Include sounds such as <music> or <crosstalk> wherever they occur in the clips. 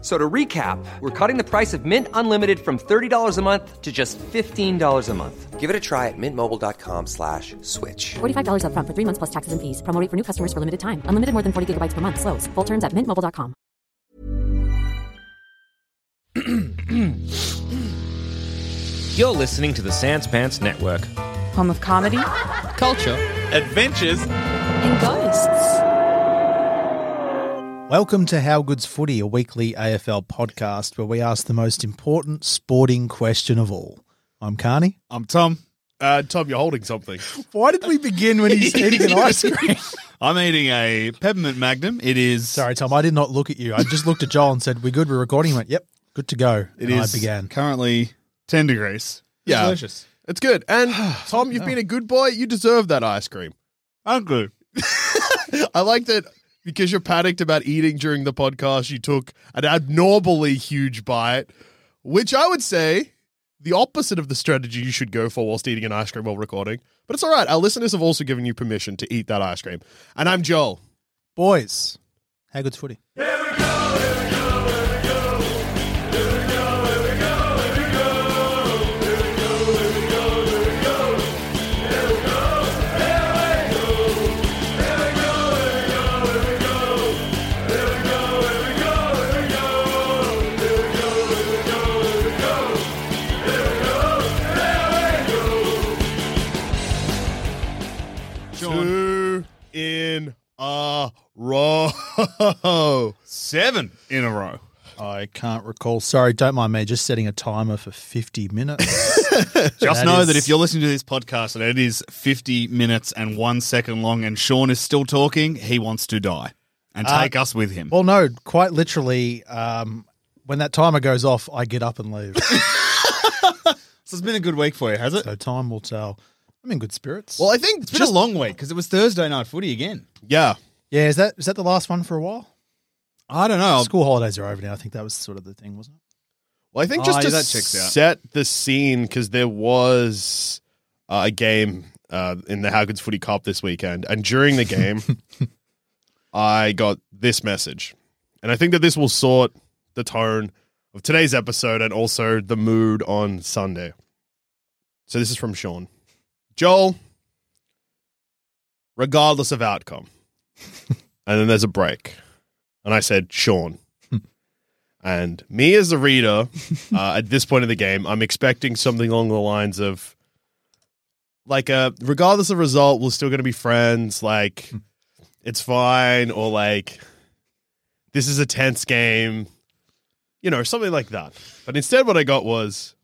So to recap, we're cutting the price of Mint Unlimited from $30 a month to just $15 a month. Give it a try at mintmobile.com slash switch. $45 upfront for three months plus taxes and fees. Promo rate for new customers for limited time. Unlimited more than 40 gigabytes per month. Slows. Full terms at mintmobile.com. You're listening to the Sans Pants Network. Home of comedy. Culture. Adventures. And ghosts. Welcome to How Good's Footy, a weekly AFL podcast where we ask the most important sporting question of all. I'm Carney. I'm Tom. Uh, Tom, you're holding something. Why did <laughs> we begin when he's eating an ice cream? <laughs> I'm eating a peppermint magnum. It is Sorry, Tom, I did not look at you. I just looked at Joel and said, We're good, we're recording. He went, Yep, good to go. It and is I began. currently ten degrees. Yeah, delicious. It's good. <sighs> And Tom, you've been a good boy. You deserve that ice cream. I'm good. I like that because you're panicked about eating during the podcast, you took an abnormally huge bite, which I would say the opposite of the strategy you should go for whilst eating an ice cream while recording. But it's all right. Our listeners have also given you permission to eat that ice cream. And I'm Joel. Boys, How Good's Footy. Two in a row. <laughs> Seven in a row. I can't recall. Sorry, don't mind me. Just setting a timer for 50 <laughs> minutes. Just That know is- that if you're listening to this podcast and it is 50 minutes and one second long, and Sean is still talking, he wants to die and Uh, take us with him. well, no, quite literally, um, when that timer goes off, I get up and leave. <laughs> So it's been a good week for you, has it? so time will tell. I'm in good spirits. Well, I think it's been a long week because it was Thursday night footy again. Yeah. yeah, is that is that the last one for a while? I don't know. School holidays are over now. I think that was sort of the thing, wasn't it? Well, I think Oh, just yeah, to that checks out. set the scene, because there was uh, a game uh, in the Howgoods Footy Cup this weekend, and during <laughs> the game, I got this message, and I think that this will sort the tone of today's episode and also the mood on Sunday. So this is from Sean, Joel. Regardless of outcome, <laughs> and then there's a break, and I said, Sean. And me as the reader, uh, at this point in the game, I'm expecting something along the lines of, like, uh, regardless of result, we're still going to be friends. Like, it's fine, or like, this is a tense game, you know, something like that. But instead, what I got was,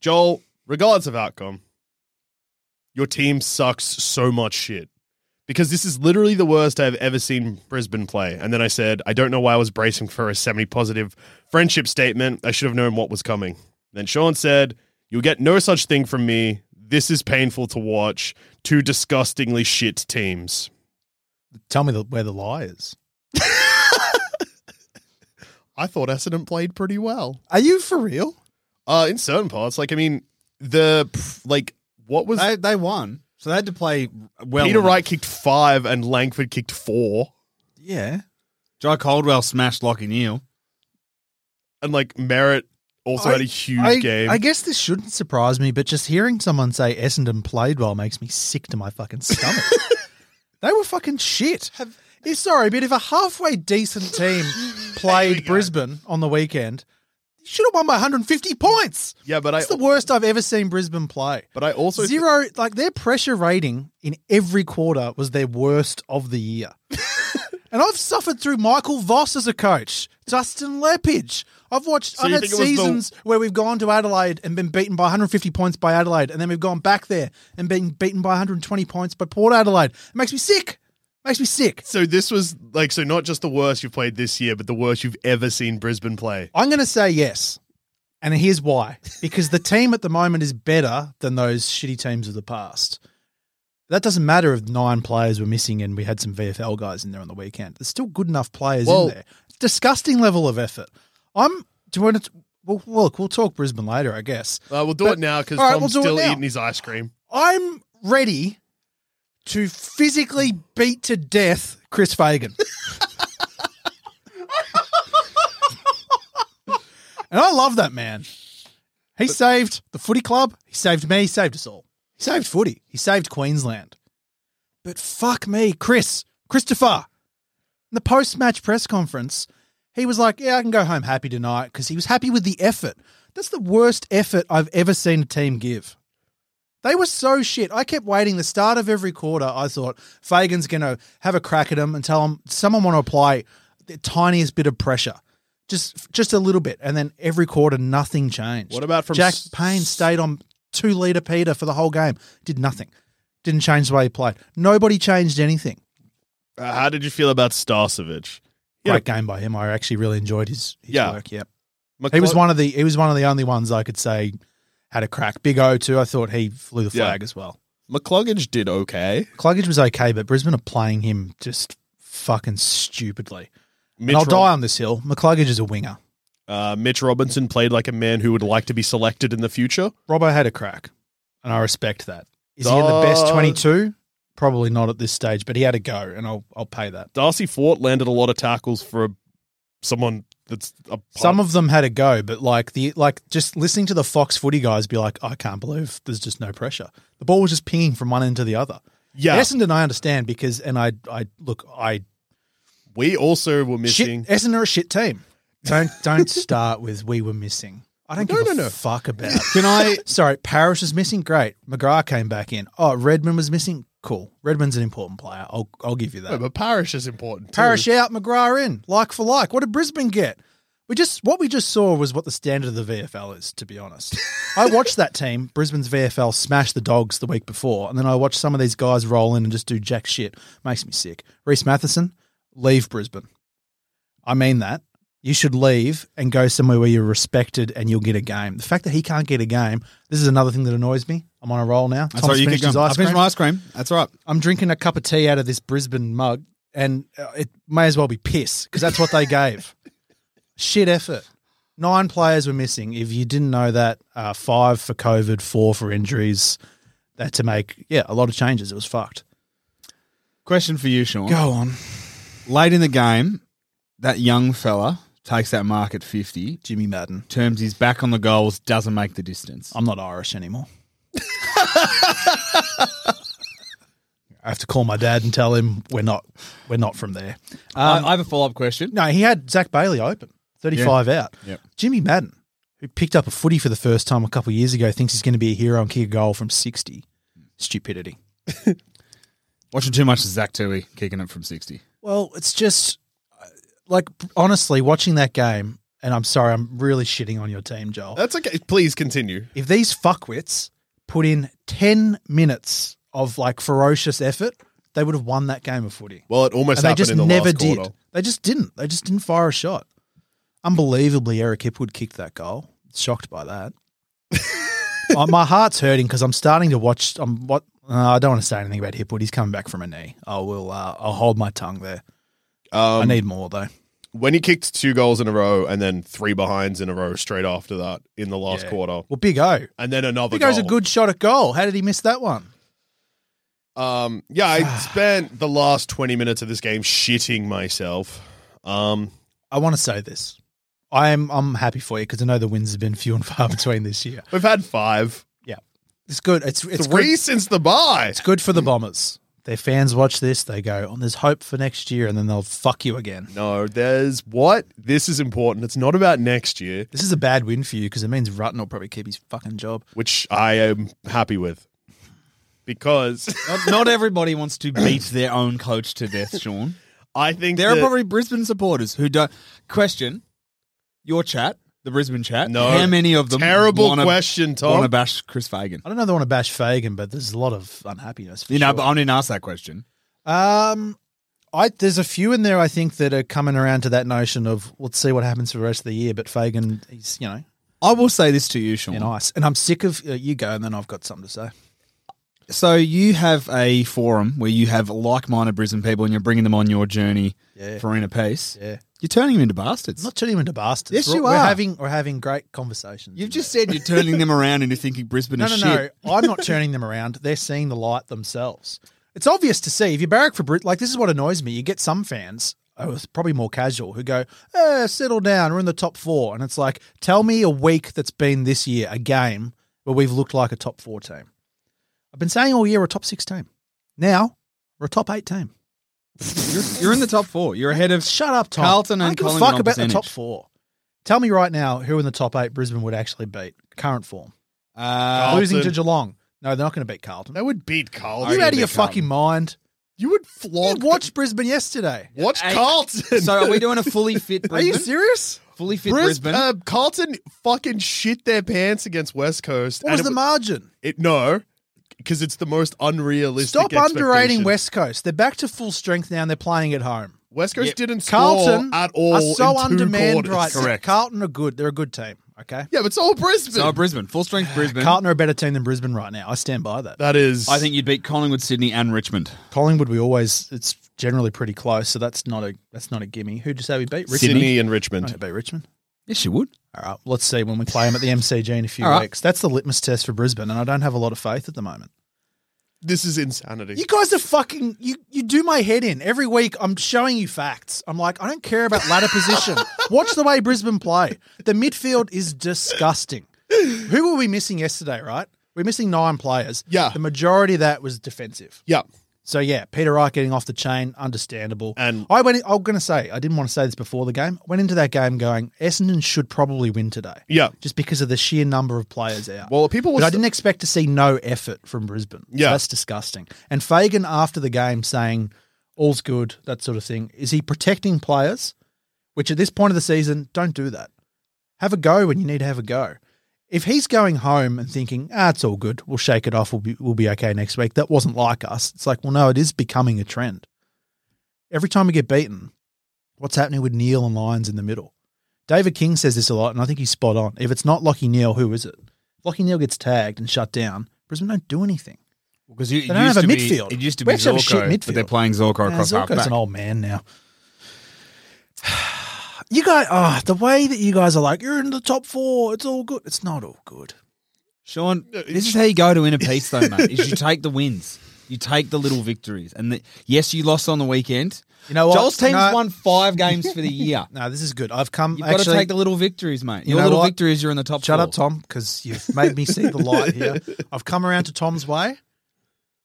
Joel, regardless of outcome, your team sucks so much shit. Because this is literally the worst I've ever seen Brisbane play. And then I said, I don't know why I was bracing for a semi positive friendship statement. I should have known what was coming. Then Sean said, You'll get no such thing from me. This is painful to watch. Two disgustingly shit teams. Tell me the, where the lie is. I thought Essendon played pretty well. Are you for real? Uh, in certain parts, like, I mean, the, like, what was. They, they won, so they had to play well. Peter enough. Wright kicked five and Langford kicked four. Yeah. Jai Caldwell smashed Lockie Neal. And, like, Merritt also had a I- huge I, game. I guess this shouldn't surprise me, but just hearing someone say Essendon played well makes me sick to my fucking <laughs> stomach. they were fucking shit. Yeah, sorry, but if a halfway decent team played Brisbane on the weekend, you should have won by 150 points. yeah, but I. That's the worst I've ever seen Brisbane play. But I also th- zero like their pressure rating in every quarter was their worst of the year. and I've suffered through Michael Voss as a coach, Dustin Leppage. I've watched So I've you had think it was the- seasons where we've gone to Adelaide and been beaten by 150 points by Adelaide, and then we've gone back there and been beaten by 120 points by Port Adelaide. It makes me sick. Makes me sick. So this was like so not just the worst you've played this year, but the worst you've ever seen Brisbane play. I'm going to say yes. And here's why because the team at the moment is better than those shitty teams of the past. That doesn't matter if nine players were missing and we had some VFL guys in there on the weekend. There's still good enough players Well- in there. Disgusting level of effort. I'm. Do you want to. Well, look, we'll talk Brisbane later, I guess. Uh, we'll do But- it now because all right, Tom's we'll do it still now. eating his ice cream. I'm ready to physically beat to death Chris Fagan. and I love that man. He saved the footy club. He saved me. He saved us all. He saved footy. He saved Queensland. But fuck me, Chris, Christopher. In the post match press conference, he was like, Yeah, I can go home happy tonight because he was happy with the effort. That's the worst effort I've ever seen a team give. They were so shit. I kept waiting. The start of every quarter, I thought Fagan's going to have a crack at him and tell him someone want to apply the tiniest bit of pressure, just just a little bit. And then every quarter, nothing changed. What about from Jack s- Payne stayed on two liter Peter for the whole game? Did nothing. Didn't change the way he played. Nobody changed anything. Uh, how did you feel about Starcevic? Yeah. Great game by him. I actually really enjoyed his, his Yeah. work. Yeah, he was one of the he was one of the only ones I could say had a crack. Big O too. I thought he flew the Yeah. flag as well. McCluggage did okay. Cluggage was okay, but Brisbane are playing him just fucking stupidly. Mitch And I'll Rob- die on this hill. McCluggage is a winger. Uh, Mitch Robinson played like a man who would like to be selected in the future. Robbo had a crack, and I respect that. Is he in the best Duh. 22? Probably not at this stage, but he had a go, and I'll I'll pay that. Darcy Fort landed a lot of tackles for a, someone that's a part- Some of them had a go, but like the like just listening to the Fox Footy guys be like, I can't believe there's just no pressure. The ball was just pinging from one end to the other. yeah. Essendon, I understand because, and I I look, I we also were shit, missing. Essendon are a shit team. Don't don't <laughs> start with we were missing. I don't give a fuck <laughs> about. Can I? Sorry, Parrish was missing. Great, McGrath came back in. Oh, Redmond was missing. Cool. Redmond's an important player. I'll I'll give you that. but Parish is important. Parrish out, McGrath in, like for like. What did Brisbane get? We just what we just saw was what the standard of the VFL is, to be honest. <laughs> I watched that team, Brisbane's VFL, smash the dogs the week before, and then I watched some of these guys roll in and just do jack shit. Makes me sick. Reese Matheson, leave Brisbane. I mean that. You should leave and go somewhere where you're respected and you'll get a game. The fact that he can't get a game, this is another thing that annoys me. I'm on a roll now. That's Tom's all right. You finished can his go. I ice finished cream. my ice cream. That's all right. I'm drinking a cup of tea out of this Brisbane mug, and uh, it may as well be piss because that's what they <laughs> gave. Shit effort. Nine players were missing. If you didn't know that, uh, five for COVID, four for injuries. They had to make yeah a lot of changes. It was fucked. Question for you, Sean. Go on. Late in the game, that young fella takes that mark at 50, Jimmy Madden. terms he's back on the goals, doesn't make the distance. I'm not Irish anymore. <laughs> I have to call my dad and tell him we're not we're not from there. I, I have a follow up question. No, he had Zach Bailey open, 35 out. Yep. Jimmy Madden, who picked up a footy for the first time a couple of years ago, thinks he's going to be a hero and kick a goal from 60. Stupidity. Watching too much of Zach Tui kicking it from 60. Well, it's just uh, like honestly watching that game, and I'm sorry, I'm really shitting on your team, Joel. That's okay. Please continue. if these fuckwits put in 10 minutes of like ferocious effort, they would have won that game of footy. Well, it almost and they happened just in the never last did. quarter. They just didn't. They just didn't fire a shot. Unbelievably, Eric Hipwood kicked that goal. Shocked by <laughs> that. my, my heart's hurting because I'm starting to watch. I'm what uh, I don't want to say anything about Hipwood. He's coming back from a knee. I will. Uh, I'll hold my tongue there. I Um, need more though. when he kicked two goals in a row and then three behinds in a row straight after that in the last Yeah. quarter, Well, Big O. and then another. Big O's a goal. good shot at goal. How did he miss that one? Um, <sighs> yeah, I spent the last twenty minutes of this game shitting myself. Um, I want to say this. I'm I'm happy for you because I know the wins have been few and far <laughs> between this year. we've had five, Yeah, it's good. It's it's good. three since the bye. It's good for Mm. the Bombers. Their fans watch this, they go, oh, there's hope for next year, and then they'll fuck you again. No, there's what this is important. It's not about next year, This is a bad win for you because it means Rutten will probably keep his fucking job. which I am happy with because <laughs> Not, not everybody wants to <clears throat> beat their own coach to death, Sean. I think There are that- probably Brisbane supporters who don't. Question your chat, the Brisbane chat. No. How many of them Terrible question, Tom. want to bash Chris Fagan? I don't know they want to bash Fagan, but there's a lot of unhappiness. For You know, sure. but I didn't ask that question. um, I there's a few in there I think that are coming around to that notion of let's see what happens for the rest of the year. But Fagan, he's you know I will say this to you, Sean. in ice, and I'm sick of uh, you go, and then I've got something to say. So you have a forum where you have like-minded Brisbane people, and you're bringing them on your journey for inner peace. Yeah. You're turning them into bastards. I'm not turning him into bastards. Yes, we're, you we're are. having we're having great conversations. You've just said you're turning them around into thinking Brisbane no, is no, shit. no. I'm not turning them around. They're seeing the light themselves. It's obvious to see if you barrack for Brit. Like this is what annoys me. You get some fans. Oh, it's probably more casual who go, eh, settle down. We're in the top four, and it's like, tell me a week that's been this year a game where we've looked like a top four team. I've been saying all year we're a top six team. Now we're a top eight team. You're, <laughs> you're in the top four. You're ahead of Shut up, Tom. Carlton and I don't give a Collingwood fuck on about the percentage. top four. Tell me right now who in the top eight Brisbane would actually beat current form. Uh, Losing to Carlton. Geelong. No, they're not going to beat Carlton. They would beat Carlton. you out of beat your Carlton. fucking mind? You would You flog. watched Brisbane yesterday. watch <laughs> Carlton. so are we doing a fully fit Are you Brisbane? serious? fully fit Bris- Brisbane? uh, Carlton fucking shit their pants against West Coast. What was and the it, wa- margin? it, no, because it's the most unrealistic. Stop underrating expectation. West Coast. They're back to full strength now and they're playing at home. West Coast Yep. didn't Carlton score at all. are so in two undermanned quarters. right now. Carlton are good. They're a good team. Okay. Yeah, but so are Brisbane. so Brisbane, full <sighs> strength Brisbane. Carlton are a better team than Brisbane right now. I stand by that. that is. I think you'd beat Collingwood, Sydney, and Richmond. Collingwood, we always it's generally pretty close, so that's not a that's not a gimme. Who'd you say we beat? Richmond. Sydney, and Oh, Richmond. yeah, beat Richmond. Yes, you would. All right. Let's see when we play them at the MCG in a few All right. weeks. That's the litmus test for Brisbane, and I don't have a lot of faith at the moment. This is insanity. You guys are fucking. You you do my head in every week. I'm showing you facts. I'm like, I don't care about ladder position. <laughs> Watch the way Brisbane play. The midfield is disgusting. Who were we missing yesterday? Right, we're missing nine players. Yeah. the majority of that was defensive. yeah. So yeah, Peter Wright getting off the chain, understandable. And- I went. I'm going to say I didn't want to say this before the game. Went into that game going Essendon should probably win today. Yeah. just because of the sheer number of players out. Well, people were But I st- didn't expect to see no effort from Brisbane. So Yeah. that's disgusting. And Fagan after the game saying all's good, that sort of thing. Is he protecting players? Which at this point of the season, don't do that. Have a go when you need to have a go. If he's going home and thinking, ah, it's all good, we'll shake it off, we'll be, we'll be okay next week. That wasn't like us. It's like, well, no, it is becoming a trend. Every time we get beaten, what's happening with Neil and Lyons in the middle? David King says this a lot, and I think he's spot on. If it's not Lockie Neal, who is it? If Lockie Neal gets tagged and shut down, Brisbane don't do anything. Because you, They don't have a midfield. it used to We be actually have a Zorko, shit midfield. but they're playing Zorko Nah, across half Zorko's back. an old man now. <sighs> You guys, ah, the way that you guys are like, you're in the top four, it's all good. It's not all good. Sean, this is how you go to inner peace, though, mate. <laughs> Is you take the wins, you take the little victories, and the, yes, you lost on the weekend. You know what? Joel's team's No. won five games <laughs> for the year. No, this is good. I've come. You've got actually, to take the little victories, mate. You Your know little what? victories, you're in the top. Shut four. up, Tom, because you've made me see the light here. <laughs> I've come around to Tom's way.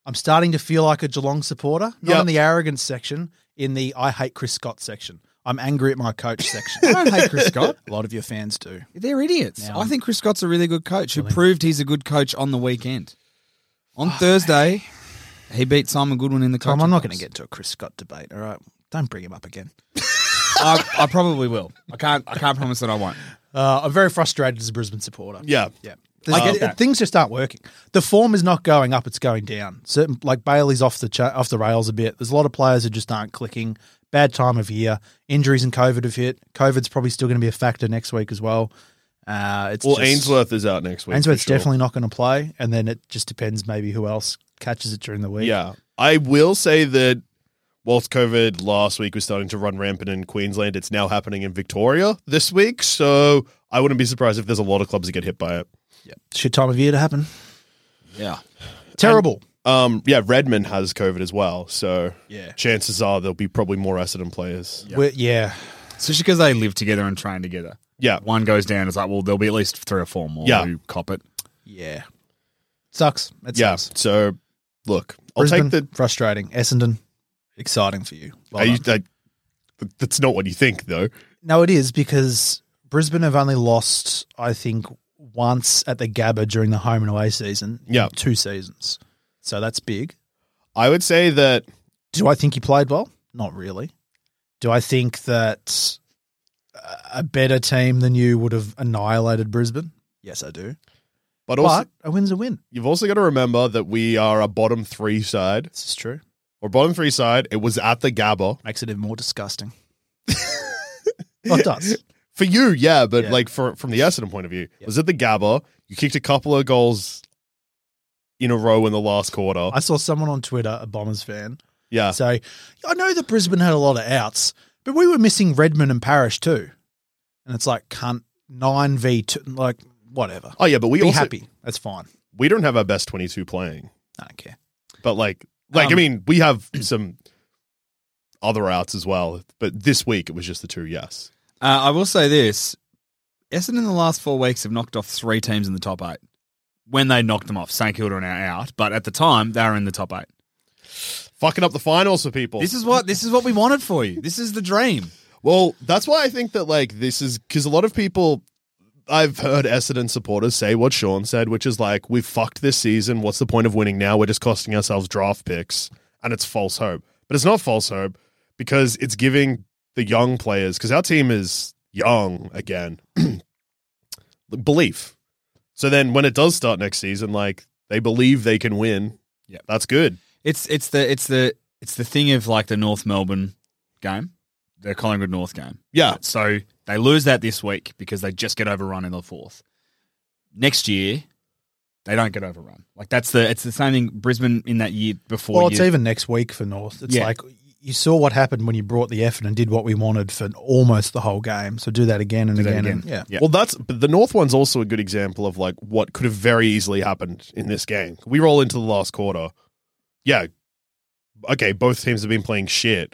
I'm starting to feel like a Geelong supporter, not Yep. in the arrogance section, in the I hate Chris Scott section. I'm angry at my coach <laughs> section. I don't hate Chris Scott. A lot of your fans do. They're idiots. Now I I'm- think Chris Scott's a really good coach who proved he's a good coach on the weekend. On Thursday, he beat Simon Goodwin in the Tom, coaching I'm not box. going to get into a Chris Scott debate. All right, don't bring him up again. I, I probably will. I can't. I can't promise that I <laughs> won't. Uh, I'm very frustrated as a Brisbane supporter. Yeah. yeah. I get There's- that. Things just aren't working. The form is not going up; it's going down. Certain like Bailey's off the cha- off the rails a bit. There's a lot of players who just aren't clicking. Bad time of year. Injuries and COVID have hit. COVID's probably still going to be a factor next week as well. Uh, it's Well, just- Ainsworth is out next week. for Ainsworth's sure. definitely not going to play, and then it just depends maybe who else catches it during the week. Yeah. I will say that whilst COVID last week was starting to run rampant in Queensland, it's now happening in Victoria this week. So I wouldn't be surprised if there's a lot of clubs that get hit by it. shit time of year to happen. Yeah. Terrible. Um, yeah, Redmond has COVID as well. So Yeah. chances are there'll be probably more Essendon players. We're- yeah. Especially because they live together and train together. Yeah. One goes down. It's like, well, there'll be at least three or four more Yeah. who cop it. Yeah. Sucks. It Yeah. sucks. So look, I'll Brisbane, take the. frustrating. Essendon, exciting for you. Well Are you, done. that- that's not what you think, though. no, it is because Brisbane have only lost, I think, once at the Gabba during the home and away season. in Yeah. two seasons. So that's big. I would say that Do I think you played well? Not really. Do I think that a better team than you would have annihilated Brisbane? Yes, I do. But also, but a win's a win. you've also got to remember that we are a bottom three side. This is true. or bottom three side. It was at the Gabba. Makes it even more disgusting. <laughs> well, it does. For you, yeah, but Yeah. like for, from the Essendon point of view, it was at the Gabba. You kicked a couple of goals in a row in the last quarter. I saw someone on Twitter, a Bombers fan, yeah. say, I know that Brisbane had a lot of outs, but we were missing Redmond and Parrish too. And it's like, cunt, 9v2, like, whatever. oh yeah, but we Be also happy. That's fine. we don't have our best twenty two playing. I don't care. But like, like I Um, mean, we have some other outs as well. But this week it was just the two. Yes, Uh, I will say this: Essendon in the last four weeks have knocked off three teams in the top eight. When they knocked them off, St Kilda are now out, but at the time they were in the top eight. fucking up the finals for people. This is what this is what we wanted for you. This is the dream. well, that's why I think that like this is because a lot of people. I've heard Essendon supporters say what Sean said, which is like, we've fucked this season. What's the point of winning now? We're just costing ourselves draft picks. And it's false hope. But it's not false hope because it's giving the young players, because our team is young again, <clears throat> belief. So then when it does start next season, like they believe they can win. Yeah. That's good. It's it's the it's the it's the thing of like the North Melbourne game, the Collingwood North game. Yeah. So they lose that this week because they just get overrun in the fourth. Next year, they don't get overrun. Like that's the it's the same thing Brisbane in that year before. Well, it's you- even next week for North. It's Yeah. like you saw what happened when you brought the effort and did what we wanted for almost the whole game. So do that again and Do that again. again. And, yeah. Well, that's but the North one's also a good example of like what could have very easily happened in this game. We roll into the last quarter. Yeah. Okay, both teams have been playing shit.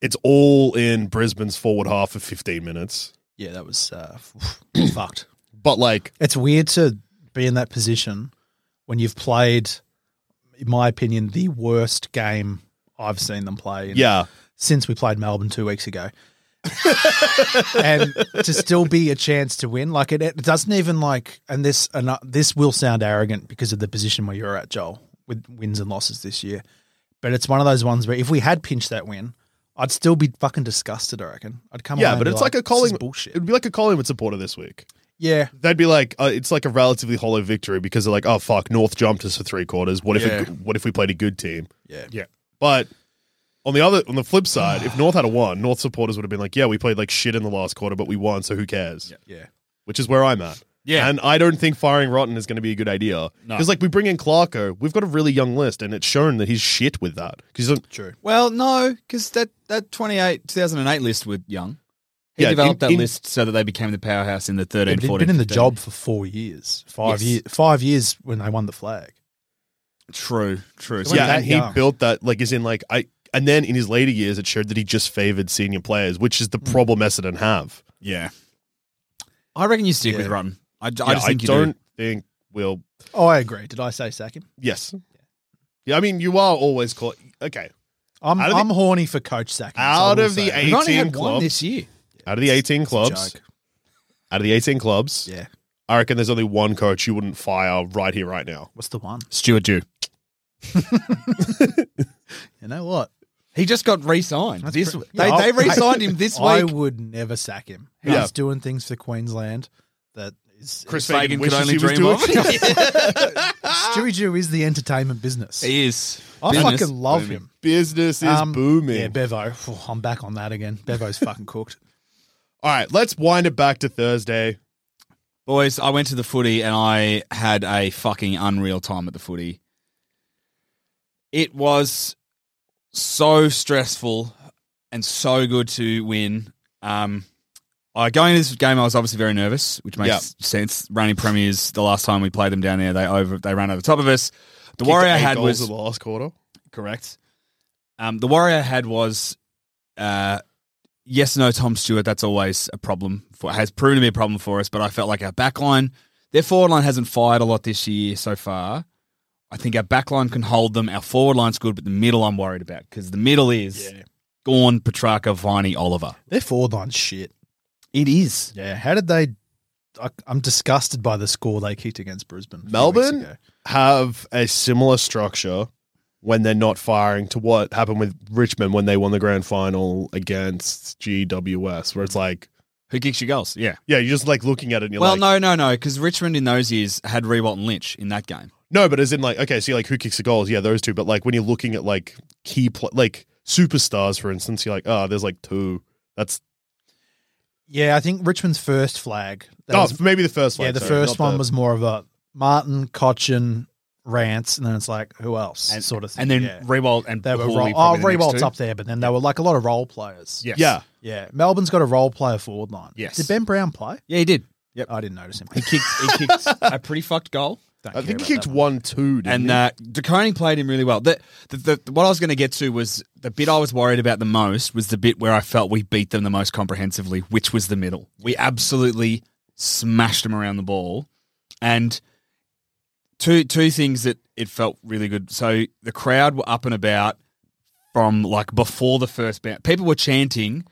It's all in Brisbane's forward half for 15 minutes. Yeah, that was uh, fucked. But like It's weird to be in that position when you've played, in my opinion, the worst game I've seen them play. in- yeah, Since we played Melbourne two weeks ago. <laughs> and to still be a chance to win, like it, it doesn't even like, and this and uh, this will sound arrogant because of the position where you're at, Joel, with wins and losses this year. But it's one of those ones where if we had pinched that win, I'd still be fucking disgusted. I reckon I'd come. yeah, home but and be it's like, "This a is Collingwood bullshit. It'd be like a Collingwood supporter this week. Yeah, They'd be like, uh, it's like a relatively hollow victory because they're like, oh fuck, North jumped us for three quarters. What if it, Yeah. what if we played a good team? yeah, Yeah. But on the other on the flip side, if North had a won, North supporters would have been like, "Yeah, we played like shit in the last quarter, but we won, so who cares?" yeah. Which is where I'm at. Yeah. And I don't think firing Rotten is going to be a good idea No. because, like, we bring in Clarko, we've got a really young list, and it's shown that he's shit with that. Because True. Well, no, because that that 28 2008 list with Young. He Yeah, developed in- that in- list so that they became the powerhouse in the 13 They've been, 14. been in the 15. job for four years, five Yes. years, five years when they won the flag. True, true. So yeah, that and he young. built that like is in like I, and then in his later years, it showed that he just favored senior players, which is the Mm. problem Essendon have. yeah. I reckon you stick Yeah. with Rutten. I, I Yeah, just think you don't do. think we'll Oh, I agree. Did I say sack him? yes. Yeah, I mean, you are always caught. Okay, I'm Out of the- I'm horny for coach sacking. so I Out will of the say. eight- We've only had 18 one clubs. this year. out of the eighteen clubs, Joke. out of the eighteen clubs, Yeah. I reckon there's only one coach you wouldn't fire right here, right now. What's the one? Stuart Dew. You know what? He just got re-signed. That's This, pre- they, Yeah, they I- re-signed him <laughs> this <laughs> I week. would never sack him. He's Yeah. doing things for Queensland that is. Chris Fagan could only dream of. <laughs> Stewie Jew is the entertainment business. He is. I Business. fucking love him. <laughs> Business is Um, booming. Yeah, Bevo. Phew, I'm back on that again. Bevo's fucking cooked. All right, let's wind it back to Thursday. Boys, I went to the footy and I had a fucking unreal time at the footy. It was so stressful and so good to win. Um, I going into this game, I was obviously very nervous, which makes sense. Reigning premiers, the last time we played them down there, they over they ran over the top of us. The worry I Kicked eight had goals was in the last quarter. Correct. Um, the worry I had was, uh, yes, no, Tom Stewart. That's always a problem for has proven to be a problem for us. But I felt like our back line, their forward line hasn't fired a lot this year so far. I think our back line can hold them. Our forward line's good, but the middle I'm worried about because the middle is Gorn, Petrarca, Viney, Oliver. Their forward line's shit. It is. Yeah. How did they? I, I'm disgusted by the score they kicked against Brisbane. a few weeks Melbourne? ago. Have a similar structure when they're not firing to what happened with Richmond when they won the grand final against GWS, where it's like Who kicks your goals? Yeah. Yeah, you're just like looking at it and you're well, like, no, no, no, because Richmond in those years had Rewalt and Lynch in that game. no, but as in like, okay, see, like who kicks the goals? Yeah, those two. But like when you're looking at like key, pl- like superstars, for instance, you're like, oh, there's like two. That's Yeah, I think Richmond's first flag. that oh, was- maybe the first one. yeah, the sorry, first not one the- was more of a Martin Cochin rants, and then it's like who else And- sort of thing. And then yeah. Rewalt and they were Hawley ro- oh probably the next Rewalt's two. up there, but then they were like a lot of role players. Yes. Yeah, yeah. Melbourne's got a role player forward line. Yes. Did Ben Brown play? Yeah, he did. Yep. I didn't notice him. He kicked, he kicked a pretty fucked goal. I think he kicked one, two, didn't and he? uh, DeConing played him really well. The, the, the, what I was going to get to was the bit I was worried about the most was the bit where I felt we beat them the most comprehensively, which was the middle. We absolutely smashed them around the ball, and two two things that it felt really good. So the crowd were up and about from like before the first bounce. People were chanting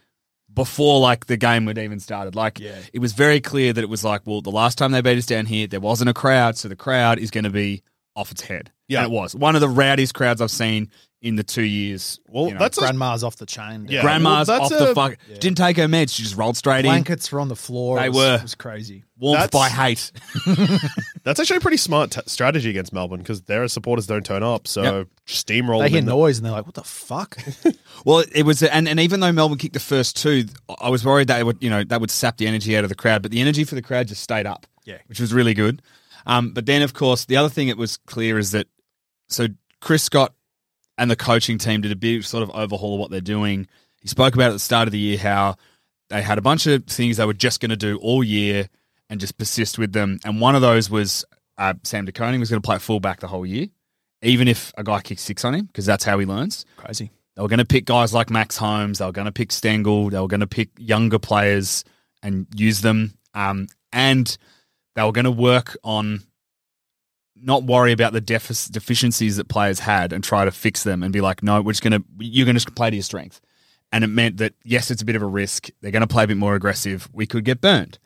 before like the game had even started. Like it was very clear that it was like, well, the last time they beat us down here, there wasn't a crowd, so the crowd is going to be off its head. Yeah. and it was one of the rowdiest crowds I've seen in the two years. well, you know, that's a, Grandma's off the chain. Yeah. grandma's well, off that's the a- fuck. Didn't take her meds. She just rolled straight in. Blankets were on the floor. They it was, were. It was crazy. Warmth That's- by hate. that's actually a pretty smart t- strategy against Melbourne because their supporters don't turn up, so Yep. steamroll. They them hear in the- noise and they're like, "What <laughs> the fuck?" Well, it was, and, and even though Melbourne kicked the first two, I was worried that it would, you know, that would sap the energy out of the crowd. But the energy for the crowd just stayed up, Yeah. which was really good. Um, but then, of course, the other thing that was clear is that so Chris Scott and the coaching team did a big sort of overhaul of what they're doing. He spoke about at the start of the year how they had a bunch of things they were just going to do all year and just persist with them. And one of those was uh, Sam DeConing was going to play fullback the whole year, even if a guy kicks six on him, because that's how he learns. crazy. They were going to pick guys like Max Holmes. They were going to pick Stengel. They were going to pick younger players and use them. Um, and they were going to work on not worry about the defic- deficiencies that players had and try to fix them and be like, no, we're just going to, you're going to just play to your strength. And it meant that, yes, it's a bit of a risk. They're going to play a bit more aggressive. We could get burned.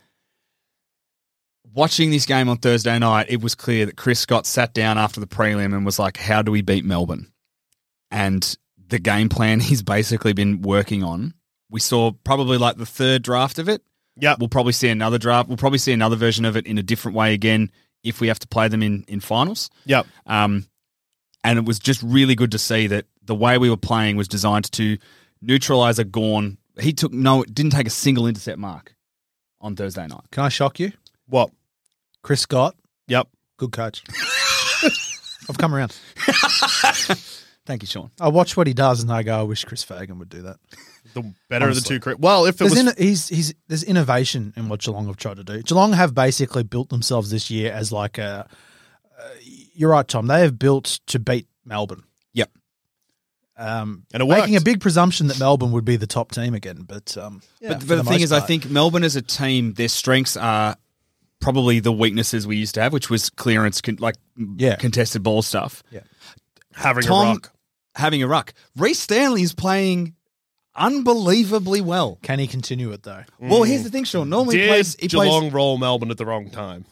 Watching this game on Thursday night, it was clear that Chris Scott sat down after the prelim and was like, how do we beat Melbourne? and the game plan <laughs> he's basically been working on. We saw probably like the third draft of it. Yeah. We'll probably see another draft. We'll probably see another version of it in a different way again if we have to play them in, in finals. Yep. Um, and it was just really good to see that the way we were playing was designed to neutralize a Gorn. He took no, didn't take a single intercept mark on Thursday night. Can I shock you? What? Chris Scott, Yep. <laughs> good coach. I've come around. Thank you, Sean. I watch what he does and I go, "I wish Chris Fagan would do that." The better of the Honestly. two. Cri- well, if it There's, was in, he's, he's, there's innovation in what Geelong have tried to do. Geelong have basically built themselves this year as like a. uh, you're right, Tom. They have built to beat Melbourne. Yep. Um, And it making worked. a big presumption that Melbourne would be the top team again, but um, yeah, but for but the, thing most is, I part. think Melbourne as a team, their strengths are probably the weaknesses we used to have, which was clearance, con- like Yeah. contested ball stuff. having Tom a rock. having a ruck. Reece Stanley is playing unbelievably well. can he continue it though? Well, here's the thing, Sean. Normally, he Did plays, he Mm. Geelong plays. roll Melbourne at the wrong time?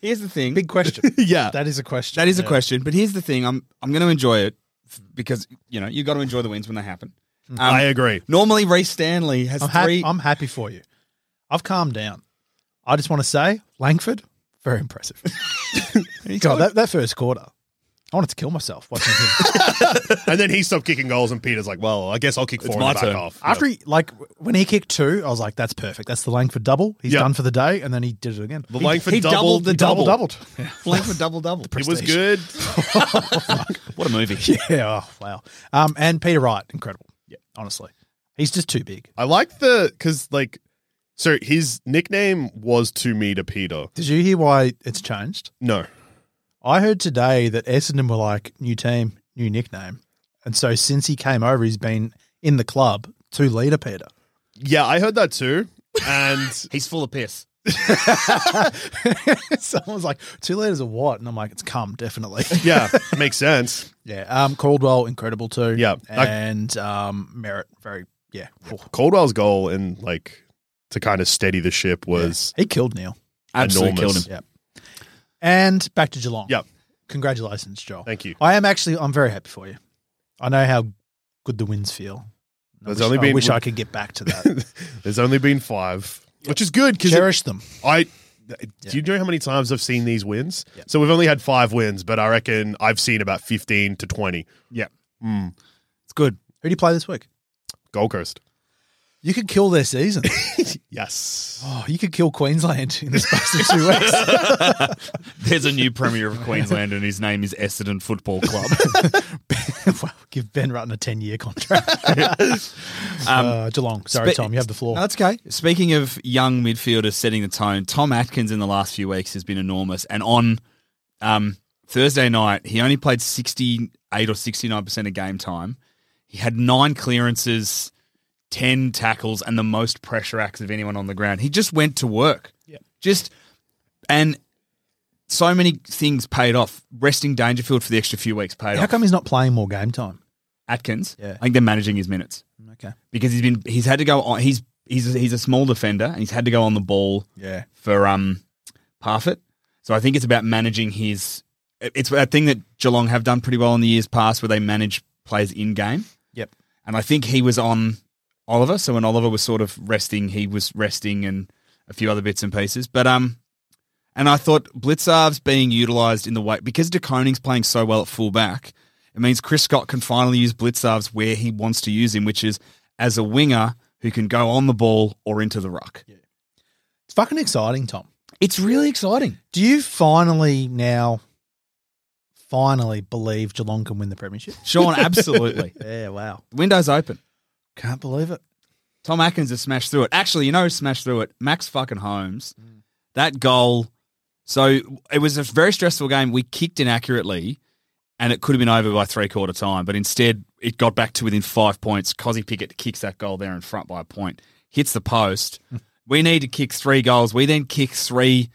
Here's the thing. <laughs> Big question. yeah. that is a question. That is a Yeah. question. But here's the thing. I'm I'm going to enjoy it f- because you know you got to enjoy the wins when they happen. Um, I agree. Normally, Reece Stanley has Mm. I'm three. happy. I'm happy for you. I've calmed down. I just want to say, Langford, very impressive. <laughs> <laughs> God, that, that first quarter, I wanted to kill myself watching him. <laughs> <laughs> and then he stopped kicking goals, and Peter's like, "Well, I guess I'll kick four It's and my back turn. off." After he, like when he kicked two, I was like, "That's perfect. That's the Langford double. He's Yeah. done for the day." And then he did it again. <laughs> the Langford he doubled doubled the He double double. doubled. Langford double double. It was good. What a movie. yeah. Oh, wow. Um, and Peter Wright, incredible. Yeah. Honestly, he's just too big. I like the because like, so his nickname was to me to Peter. Did you hear why it's changed? No, I heard today that Essendon were like new team, new nickname, and so since he came over, he's been in the club two leader Peter. <laughs> yeah, I heard that too, and He's full of piss. Someone's like, two liters of what? And I'm like, it's cum, definitely. <laughs> yeah, makes sense. yeah. Um, Caldwell, incredible too. Yeah. And um, Merritt, very, yeah. Oh, Caldwell's goal in like to kind of steady the ship was He killed Neil. Absolutely Enormous. killed him. Yeah. And back to Geelong. Yep. Congratulations, Joel. Thank you. I am actually, I'm very happy for you. I know how good the wins feel. I There's wish, only I, been- <laughs> wish I could get back to that. There's only been five. which is good because Cherish them. I th- do you know how many times I've seen these wins? So we've only had five wins, but I reckon I've seen about fifteen to twenty. Yeah. It's good. Who do you play this week? Gold Coast. You could kill their <laughs> season. Yes. oh, you could kill Queensland in the space of two weeks. <laughs> There's a new <laughs> Premier of Queensland, and his name is Essendon Football Club. well, give Ben Rutten a 10 year <laughs> contract. Um, uh, Geelong. <laughs> Sorry, spe- Tom, you have the floor. That's okay. Speaking of young midfielders setting the tone, Tom Atkins in the last few weeks has been enormous. And on um, Thursday night, he only played 68 or 69% of game time. He had nine clearances, 10 tackles, and the most pressure acts of anyone on the ground. He just went to work. Yeah. Just, and so many things paid off. Resting Dangerfield for the extra few weeks paid How off. come he's not playing more game time? Atkins, Yeah. I think they're managing his minutes Okay. because he's been he's had to go on he's he's he's a small defender and he's had to go on the ball Yeah. for um Parfit. So I think it's about managing his it's that thing that Geelong have done pretty well in the years past where they manage players in game. Yep. And I think he was on Oliver, so when Oliver was sort of resting, he was resting and a few other bits and pieces. But um and I thought Blitzarv's being utilised in the way because De Koning's playing so well at fullback. It means Chris Scott can finally use Blitzarv's where he wants to use him, which is as a winger who can go on the ball or into the ruck. It's fucking exciting, Tom. It's really exciting. Do you finally now, finally believe Geelong can win the Premiership? Sean, <laughs> absolutely. <laughs> Yeah, wow. Window's open. Can't believe it. Tom Atkins has smashed through it. Actually, you know, who smashed through it. Max fucking Holmes. That goal. So it was a very stressful game. We kicked inaccurately, and it could have been over by three quarter time. But instead, it got back to within five points. Cosy Pickett kicks that goal there in front by a point. Hits the post. we need to kick three goals. We then kick three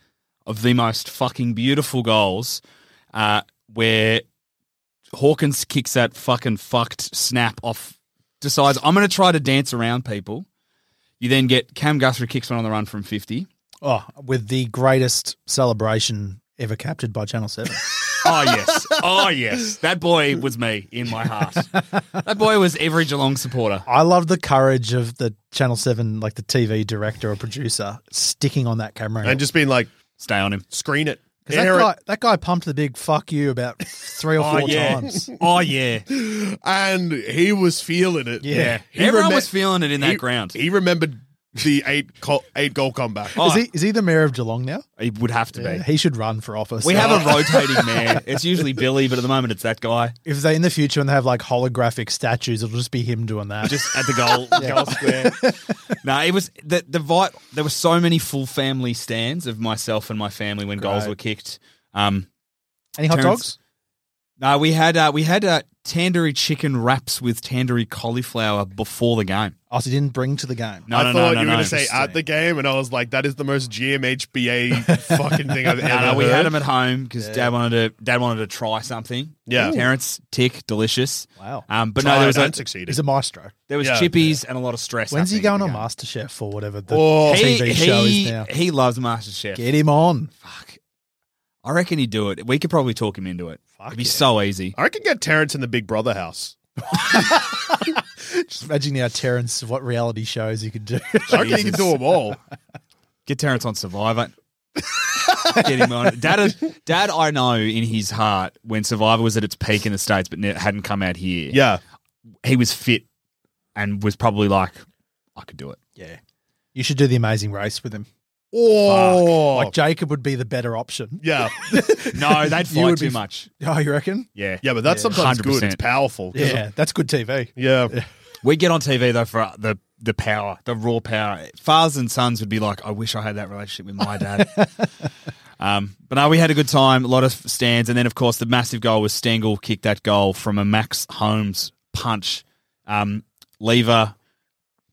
of the most fucking beautiful goals, uh, where Hawkins kicks that fucking fucked snap off, decides, I'm going to try to dance around people. You then get Cam Guthrie kicks one on the run from 50. Oh, with the greatest celebration ever captured by Channel 7. Oh, yes. Oh, yes. That boy was me in my heart. That boy was every Geelong supporter. I love the courage of the Channel 7, like the TV director or producer, sticking on that camera. And just being like, Stay on him. screen it. 'Cause that, air it. guy, that guy pumped the big fuck you about three or <laughs> four times. Oh, Ah, yeah. <gasps> and he was feeling it. Yeah. He Everyone remem- was feeling it in that he- ground. He remembered the eight co- eight goal comeback. Oh. Is he is he the mayor of Geelong now? It would have to be. He should run for office. Uh, We have a rotating mayor. It's usually Billy, but at the moment it's that guy. if they in the future when they have like holographic statues, it'll just be him doing that. just at the <laughs> goal, goal square. no, it was the the vi There were so many full family stands of myself and my family when goals Great. were kicked. Um, Any hot Terrence- dogs? no, we had uh, we had uh, tandoori chicken wraps with tandoori cauliflower before the game. Oh, so he didn't bring to the game. No, I no, no, thought no, you were no. going to say uh, at the game, and I was like, that is the most <laughs> GMHBA fucking thing I've ever No, no, we heard. had them at home because dad wanted to dad wanted to try something. Yeah. Ooh. Terrence tick delicious. Wow. Um, but Tried no, there was and a, succeeded. He's a maestro. there was Yeah. chippies and a lot of stress. When's he happening going on in the MasterChef or whatever the Oh. game. TV He, show is he, now? he loves MasterChef. Get him on. Fuck. I reckon he'd do it. We could probably talk him into it. It'd be so easy. I reckon get Terrence in the Big Brother house. Just imagine now, Terrence, what reality shows you could do. <laughs> I reckon you can do them all. <laughs> Get Terrence on <laughs> Survivor. Get him on. Dad, Dad, I know in his heart when Survivor was at its peak in the States but ne- hadn't come out here, Yeah. he was fit and was probably like, I could do it. yeah. You should do the amazing race with him. Oh, Like Jacob would be the better option. <laughs> yeah, <laughs> No, they'd You fight would too be- much. <laughs> Oh, you reckon? Yeah. yeah. But that's sometimes 100%. good. It's powerful. 'Cause- Yeah, that's good TV. yeah, We get on TV though for uh, the the power, the raw power. Fathers and sons would be like, "I wish I had that relationship with my dad." um, but no, we had a good time, a lot of stands, and then of course the massive goal was Stengel kicked that goal from a Max Holmes punch. Um, Lever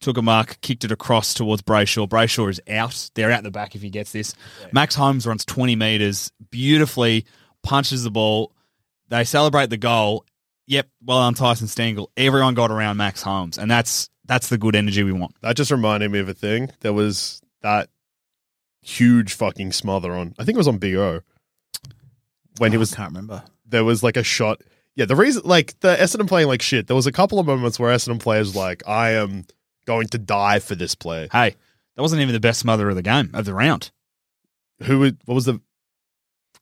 took a mark, kicked it across towards Brayshaw. Brayshaw is out; they're out the back if he gets this. Max Holmes runs twenty meters beautifully, punches the ball. They celebrate the goal, Yep, well done, Tyson Stengel. Everyone got around Max Holmes, and that's that's the good energy we want. That just reminded me of a thing. There was that huge fucking smother on. I think it was on Big O when he was can't remember. there was like a shot. Yeah, the reason like the Essendon playing like shit. There was a couple of moments where Essendon players were like I am going to die for this play. Hey, That wasn't even the best smother of the game of the round. Who was, what was the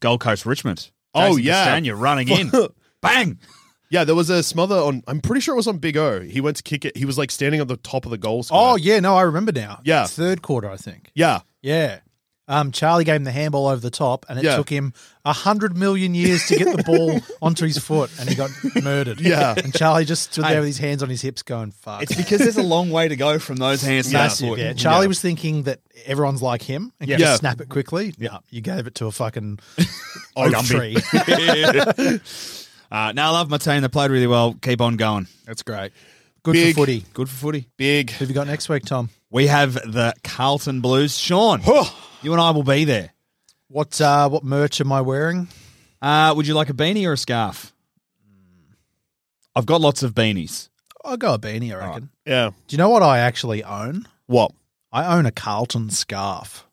Gold Coast Richmond. Oh, Jason yeah. Castagna running in, <laughs> bang. <laughs> Yeah, there was a smother on. I'm pretty sure it was on Big O. He went to kick it. He was like standing on the top of the goal square. Oh yeah, no, I remember now. Yeah. third quarter, I think. yeah, Yeah. Um, Charlie gave him the handball over the top, and it Yeah. took him a hundred million years to get the <laughs> ball onto his foot, and he got murdered. Yeah. and Charlie just stood Hey. there with his hands on his hips, going "fuck." It's because there's a long way to go from those hands to that massive. foot. Yeah, Charlie was thinking that everyone's like him and Yeah. could just Yeah. snap it quickly. Yeah, you gave it to a <laughs> fucking Oh, oak Gumby. tree. <laughs> Uh, now I love my team. They played really well. Keep on going. <laughs> That's great. Good Big- for footy. Good for footy. big. Who have you got next week, Tom? We have the Carlton Blues. Sean, you and I will be there. What uh, what merch am I wearing? Uh, would you like a beanie or a scarf? Hmm. I've got lots of beanies. I'll go a beanie, I reckon. Yeah. Do you know what I actually own? What? I own a Carlton scarf.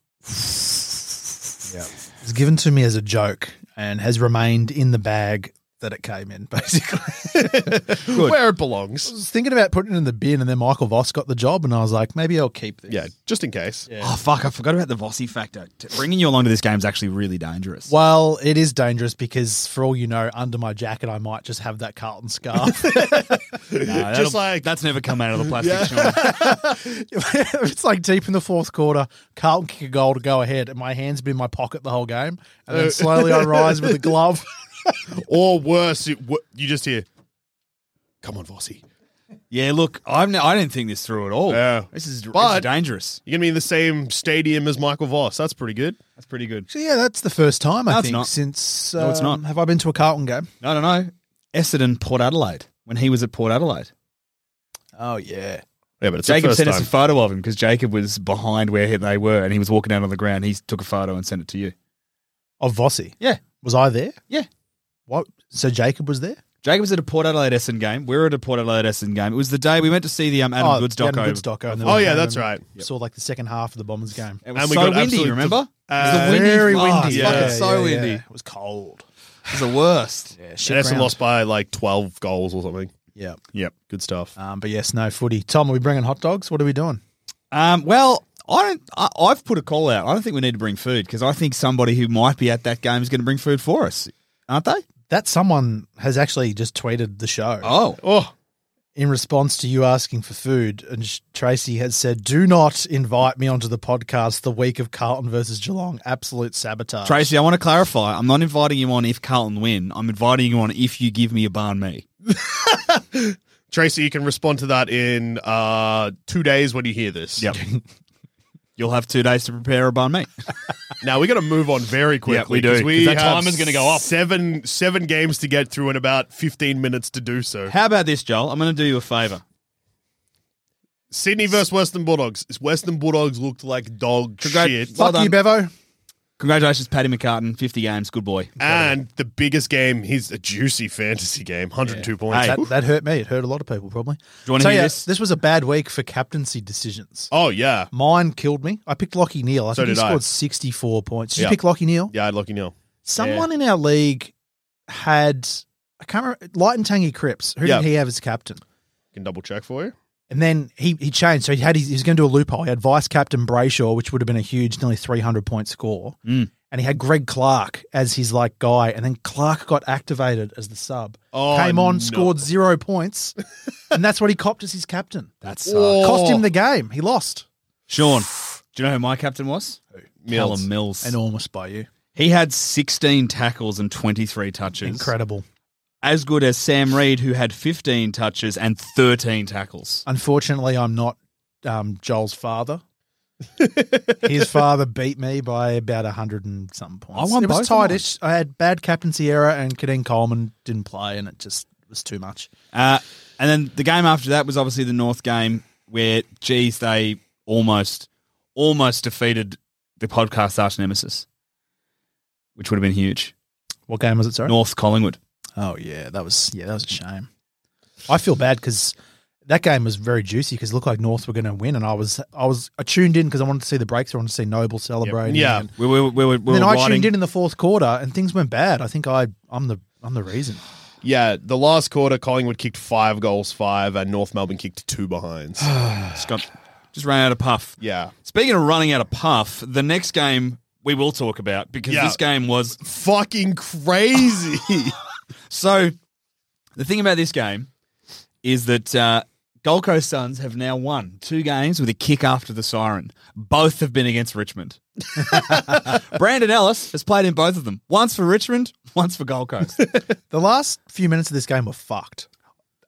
yeah. It was given to me as a joke and has remained in the bag that it came in, <laughs> basically. Where it belongs. I was thinking about putting it in the bin, and then Michael Voss got the job, and I was like, maybe I'll keep this. Yeah, just in case. Oh, fuck. I forgot about the Vossi factor. T- Bringing you along to this game is actually really dangerous. Well, it is dangerous because, for all you know, under my jacket, I might just have that Carlton <laughs> scarf. <laughs> No, just that'll- like- That's never come out of the plastic, <laughs> Sean. it's like deep in the fourth quarter, Carlton kick a goal to go ahead, and my hand's been in my pocket the whole game. And Uh. then slowly I rise with a glove. Or worse, it, w- you just hear, "Come on, Vossi." Yeah, look, I'm, I didn't think this through at all. Yeah. This is this is But- dangerous. You're gonna be in the same stadium as Michael Voss. That's pretty good. That's pretty good. So, yeah, that's the first time, I No, it's think, not. since. No, it's um, not. Have I been to a Carlton game? No, no, no. Essendon, Port Adelaide, when he was at Port Adelaide. Oh, yeah. Yeah, but it's Jacob the first sent us time. a photo of him because Jacob was behind where he- they were and he was walking down on the ground. He took a photo and sent it to you. Of Vossi. Yeah. Was I there? Yeah. What? So Jacob was there? Jacob was at a Port Adelaide Essendon game. We were at a Port Adelaide Essendon game. It was the day we went to see the um, Adam oh, Goods the doco. Adam Goods doco. and then Oh, we yeah, came that's and right. Saw like the second half of the Bombers game. It was And we so got windy, absolute- remember? Uh, it was a windy. Very oh, windy. it's Yeah, fucking so windy. It was cold. It was the worst. Yeah, And Essendon lost by like 12 goals or something. Yeah. Yep, good stuff. Um, but yes, no footy. Tom, are we bringing hot dogs? What are we doing? Um, well, I don't. I, I've put a call out. I don't think we need to bring food because I think somebody who might be at that game is going to bring food for us, aren't they? That someone has actually just tweeted the show Oh, oh, in response to you asking for food, and sh- Tracy has said, "Do not invite me onto the podcast the week of Carlton versus Geelong. Absolute sabotage." Tracy, I want to clarify. I'm not inviting you on if Carlton win. I'm inviting you on if you give me a barn me. Tracy, you can respond to that in uh, two days when you hear this. <laughs> You'll have two days to prepare a barn me. <laughs> Now we got to move on very quickly. we do, 'cause We 'cause that have timer's gonna go up. Seven seven games to get through in about fifteen minutes to do so. How about this, Joel? I'm going to do you a favour. Sydney versus Western Bulldogs. Western Bulldogs looked like dog Congra- shit, Well Fuck you, Bevo. Congratulations, Paddy McCartan. 50 games. Good boy. and the biggest game. He's a juicy fantasy game. Hundred and two points. Hey. Ooh. That, that hurt me. It hurt a lot of people, probably. you wanna so, hear yeah, this? was a bad week for captaincy decisions. Oh yeah, Mine killed me. I picked Lockie Neal. I So think he did I. scored 64 points. Did Yeah. you pick Lockie Neal? yeah. I'd lucky nil. Someone in our league had, I can't remember, Light and Tangy Cripps. Who Yeah. did he have as captain? Can double check for you. And then he, he changed. So he had his, he was going to do a loophole. He had vice captain Brayshaw, which would have been a huge, nearly 300 point score. Mm. And he had Greg Clark as his like guy. And then Clark got activated as the sub. Oh, Came on, no. scored zero points. and that's what he copped as his captain. That's Cost him the game. He lost. Sean, do you know who my captain was? Mills. Callum Mills. Enormous by you. He had 16 tackles and 23 touches. Incredible. As good as Sam Reed, who had 15 touches and 13 tackles. Unfortunately, I'm not um, Joel's father. <laughs> His father beat me by about a hundred and some points. I won it was both of mine. tightish. I had bad captaincy error, and Kadeen Coleman didn't play, and it just was too much. Uh, and then the game after that was obviously the North game, where, geez, they almost, almost defeated the podcast arch nemesis, which would have been huge. What game was it? Sorry. North Collingwood. Oh yeah, that was yeah, that was a shame. I feel bad because that game was very juicy because it looked like North were going to win, and I was I was I tuned in because I wanted to see the breakthrough, I wanted to see Noble celebrating. Yeah. and, We were, we were, we and were then I riding- tuned in in the fourth quarter, and things went bad. I think I I'm the I'm the reason. Yeah, <sighs> the last quarter, Collingwood kicked five goals, five, and North Melbourne kicked two behinds. Scott, Just ran out of puff. Yeah. Speaking of running out of puff, the next game we will talk about because Yeah. this game was <laughs> Fucking crazy. so. The thing about this game is that uh, Gold Coast Suns have now won two games with a kick after the siren. Both have been against Richmond. Brandon Ellis has played in both of them, once for Richmond, once for Gold Coast. The last few minutes of this game were fucked.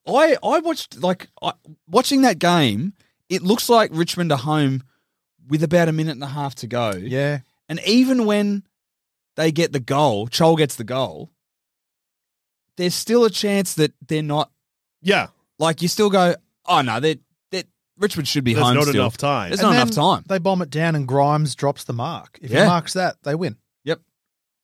I I watched like I, watching that game. It looks like Richmond are home with about a minute and a half to go. Yeah. And even when they get the goal, Chol gets the goal, there's still a chance that they're not yeah. like you still go, oh no, they're, they're Richmond should be There's home. not still." enough time. There's And not enough then time. They bomb it down and Grimes drops the mark. If Yeah. he marks that, they win. Yep.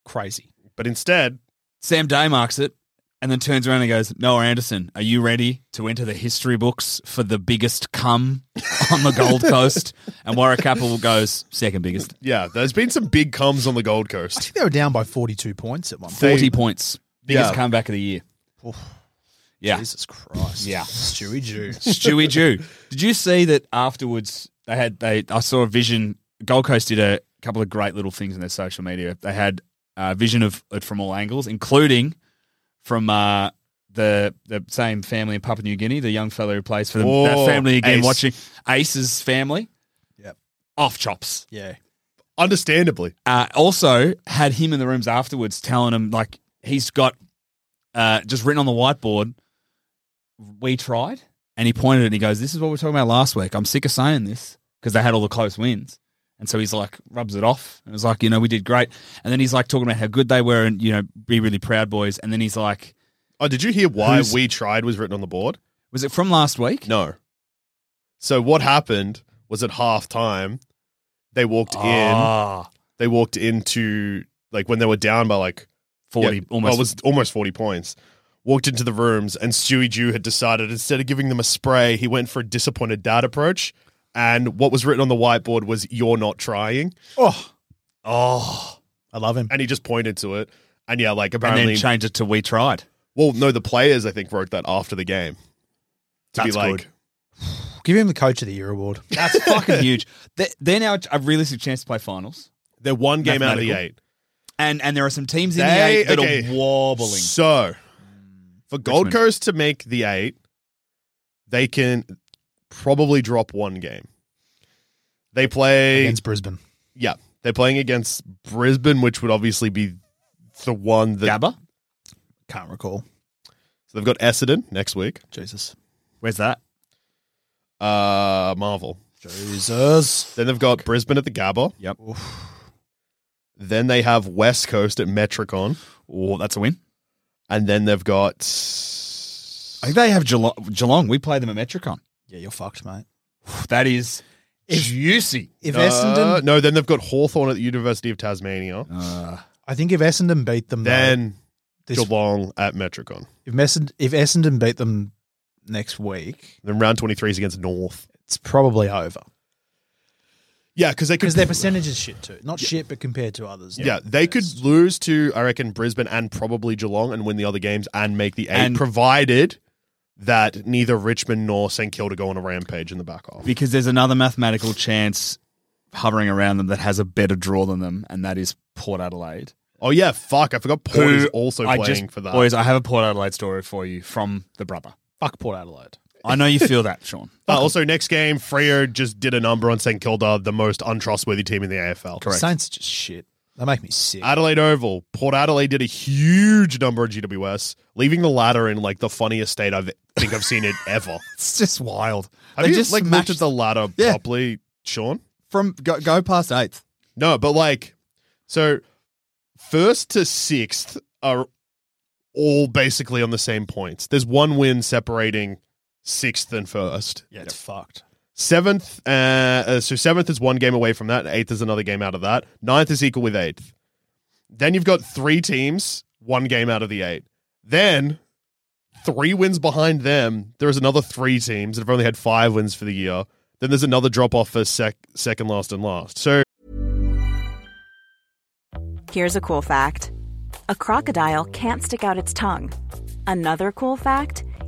Crazy. But instead, Sam Day marks it and then turns around and goes, Noah Anderson, are you ready to enter the history books for the biggest cum on the <laughs> Gold Coast? And Warwick Capel goes, second biggest. yeah, there's been some big comes on the Gold I Coast. think they were down by 42 points at one point. 40 points. Biggest Yeah. comeback of the year. Yeah. Jesus Christ. Yeah. Stewie Jew. Stewie Jew. Did you see that afterwards? They had they. I saw a vision. Gold Coast did a couple of great little things in their social media. They had a vision of it from all angles, including from uh, the the same family in Papua New Guinea, the young fellow who plays for them. that Oh, family again, Ace. watching Ace's family. Yep. Off chops Yeah. Understandably. uh, also had him in the rooms afterwards telling him like he's got uh, just written on the whiteboard we tried and he pointed and he goes this is what we were talking about last week i'm sick of saying this because they had all the close wins and so he's like rubs it off and it's like you know we did great and then he's like talking about how good they were and you know be really proud boys and then he's like Oh, did you hear why Who's- we tried was written on the board? was it from last week No. So what happened was at half time, they walked in. Ah, They walked into like when they were down by like 40 yeah, well, almost it was almost forty points. Walked into the rooms and Stewie Jew had decided instead of giving them a spray, he went for a disappointed dad approach. And what was written on the whiteboard was "You're not trying," Oh, oh I love him. and he just pointed to it. And yeah, like and apparently, then changed it to we tried well, no, the players I think wrote that after the game to That's be like, good. Give him the Coach of the Year award. that's fucking huge They- they're now a realistic chance to play finals they're one game out of the Mathematical. eight. and and there are some teams in They- the eight that okay. are wobbling. So, for Gold Richmond. Coast to make the eight, they can probably drop one game. They play Against Brisbane. Yeah, they're playing against Brisbane, which would obviously be the one that. Gabba, Can't recall. So they've got Essendon next week. Jesus. where's that? Uh, Marvel. Jesus. Then they've got Brisbane at the Gabba. Yep. Then they have West Coast at Metricon, Oh, that's a win. and then they've got. I think they have Geelong. Geelong. We play them at Metricon. Yeah, you're fucked, mate. <sighs> That is juicy. If Uh, Essendon, no, then they've got Hawthorn at the University of Tasmania. Uh, I think if Essendon beat them, though, then this, Geelong at Metricon. if, Essendon, if Essendon beat them next week, Then round twenty three is against North. it's probably over Yeah, because they could <laughs> because their percentage is shit too. Not shit, but compared to others. Yeah, they could lose to I reckon Brisbane and probably Geelong and win the other games and make the eight, And- provided that neither Richmond nor St Kilda go on a rampage in the back half. because there's another mathematical chance hovering around them that has a better draw than them, and that is Port Adelaide. Oh yeah, fuck! I forgot Port is Who also I playing just- for that. Boys, I have a Port Adelaide story for you from the brother. Fuck Port Adelaide. I know you feel that, Sean. Uh, also, next game, Freo just did a number on St Kilda, the most untrustworthy team in the AFL. Saints are just shit. They make me sick. Adelaide Oval, Port Adelaide did a huge number on GWS, leaving the ladder in like the funniest state I think I've seen it <laughs> ever. <laughs> It's just wild. Have they you just like smashed looked at the ladder Yeah. properly, Sean? from go, go past eighth. No, but like, so first to sixth are all basically on the same points. There's one win separating sixth and first. yeah, it's fucked. <laughs> Seventh, uh, uh, so seventh is one game away from that. and Eighth is another game out of that. Ninth is equal with eighth. Then you've got three teams, one game out of the eight. Then three wins behind them. There is another three teams that have only had five wins for the year. Then there's another drop off for sec- second last and last. So Here's a cool fact a crocodile can't stick out its tongue. Another cool fact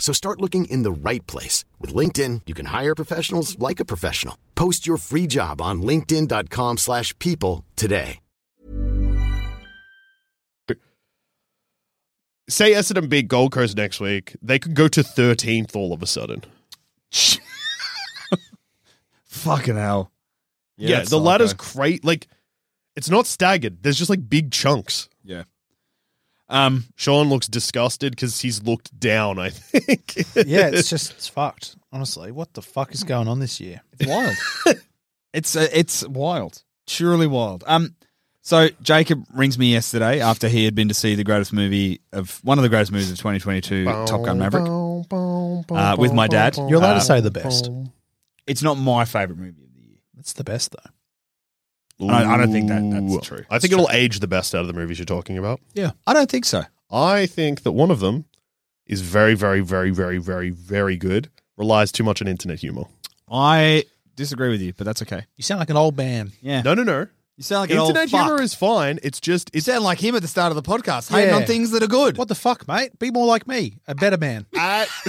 So start looking in the right place. With LinkedIn, you can hire professionals like a professional. Post your free job on linkedin.com/people slash people today. Say Essendon beat Gold Coast next week, they could go to 13th all of a sudden. Fucking hell. Yeah, that's the Sarko. ladder's great. Like, it's not staggered. There's just like big chunks. Yeah. Um, Sean looks disgusted because he's looked down. I think. <laughs> yeah, it's just it's fucked. Honestly, what the fuck is going on this year? It's wild. It's uh, it's wild, surely wild. Um, so Jacob rings me yesterday after he had been to see the greatest movie of one of the greatest movies of 2022, Top Gun Maverick. uh, with my dad. Uh, You're allowed to say the best. It's not my favorite movie of the year. It's the best though. I don't- I don't think that- that's Ooh. true. I It's think it'll age the best out of the movies you're talking about. Yeah, I don't think so. I think that one of them is very, very, very, very, very, very good. Relies too much on internet humor. I disagree with you, but that's okay. you sound like an old man. Yeah, No, no, no. you sound like an old internet humor fuck. is fine. It's just You it's sound like him at the start of the podcast, hating Yeah. on things that are good. What the fuck, mate? Be more like me, a better man. <laughs> at, <laughs>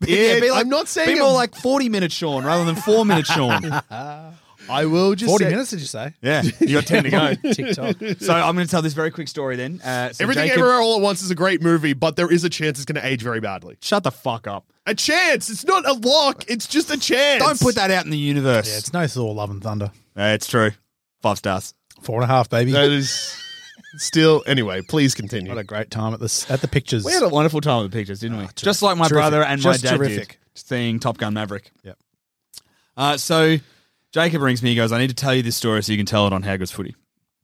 Yeah, be like- I'm not saying be more it- like 40 minute Sean rather than four minute Sean. <laughs> I will just Forty <laughs> say- minutes, did you say? yeah, you got 10 to go. TikTok. So I'm going to tell this very quick story then. Uh, so <laughs> Everything Jacob- Everywhere All at Once is a great movie, but there is a chance it's going to age very badly. Shut the fuck up. A chance. It's not a lock. It's just a chance. Don't put that out in the universe. Yeah, it's no Thor, Love and Thunder. Uh, it's true. Five stars. Four and a half, baby. That is still. Anyway, please continue. What a great time at this at the pictures. We had a wonderful time with the pictures, didn't we? Ah, Just like my Terrific. brother and Just my dad terrific. did, seeing Top Gun Maverick. Yep. Uh, so Jacob rings me. He goes, "I need to tell you this story so you can tell it on How Good's <laughs> Footy."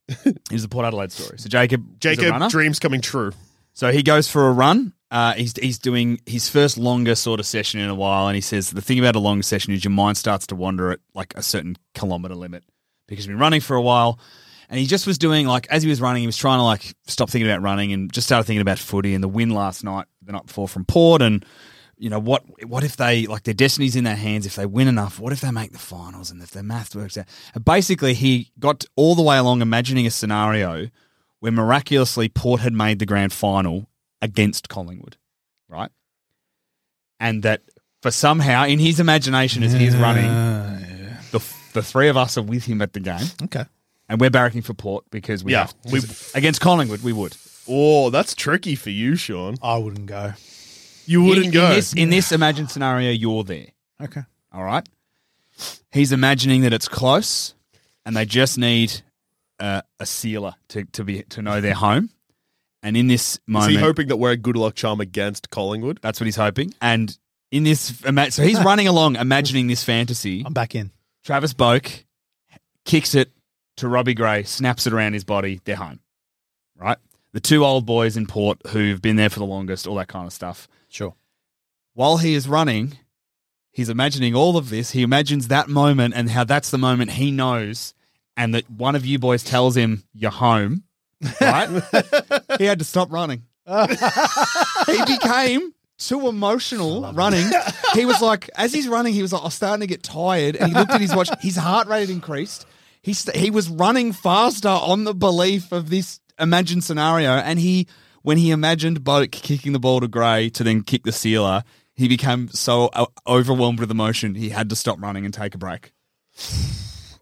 it was the Port Adelaide story. So Jacob, Jacob, a Jacob, runner. dreams coming true. so he goes for a run. Uh, he's he's doing his first longer sort of session in a while, and he says the thing about a long session is your mind starts to wander at like a certain kilometer limit because you've been running for a while. And he just was doing like as he was running, he was trying to like stop thinking about running and just started thinking about footy and the win last night, the night before from Port, and you know what what if they like their destiny's in their hands if they win enough what if they make the finals and if their math works out and basically he got all the way along imagining a scenario where miraculously port had made the grand final against collingwood right and that for somehow in his imagination as he's running the, the three of us are with him at the game Okay. and we're barracking for port because we Yeah, have we- against collingwood we would Oh, that's tricky for you, Sean. I wouldn't go. You wouldn't in, go. in this, in this imagined scenario you're there Okay. All right. He's imagining that it's close, and they just need uh, a sealer to, to be to know they're home. And in this Is moment, he hoping that we're a good luck charm against Collingwood? that's what he's hoping. And in this, ima- so he's running along, imagining this fantasy. I'm back in. Travis Boak kicks it to Robbie Gray, snaps it around his body. They're home. Right. The two old boys in port who've been there for the longest, all that kind of stuff. Sure. while he is running, he's imagining all of this. He imagines that moment and how that's the moment he knows, and that one of you boys tells him you're home. Right? he had to stop running. he became too emotional <laughs> running. He was like, as he's running, he was like, I'm starting to get tired. And he looked at his watch. His heart rate increased. He st- he was running faster on the belief of this imagined scenario, and he when he imagined Boak kicking the ball to Gray to then kick the sealer, He became so uh, overwhelmed with emotion, he had to stop running and take a break.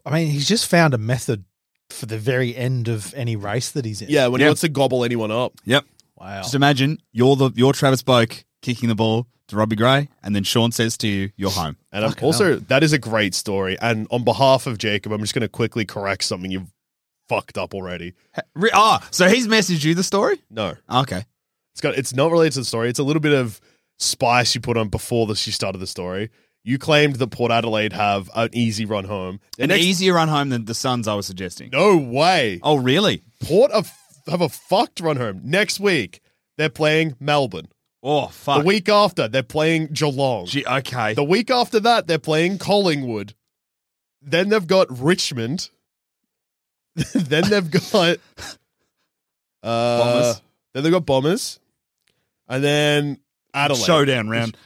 I mean, he's just found a method for the very end of any race that he's in. Yeah, when he wants to gobble anyone up. Yep. Wow. Just imagine you're the you're Travis Boak kicking the ball to Robbie Gray, and then Sean says to you, "You're home." And I'm also, that is a great story. And on behalf of Jacob, I'm just going to quickly correct something you've fucked up already. Re- ah, so he's messaged you the story? No. Okay. It's got. It's not related to the story. It's a little bit of spice you put on before this. You started the story. You claimed that Port Adelaide have an easy run home. The an next- easier run home than the Suns I was suggesting. No way. Oh, really? Port have, have a fucked run home. Next week they're playing Melbourne. Oh fuck. The week after they're playing Geelong. Gee, okay. The week after that they're playing Collingwood. Then they've got Richmond. <laughs> then they've got uh, Bombers. Then they've got Bombers, and then Adelaide Showdown round.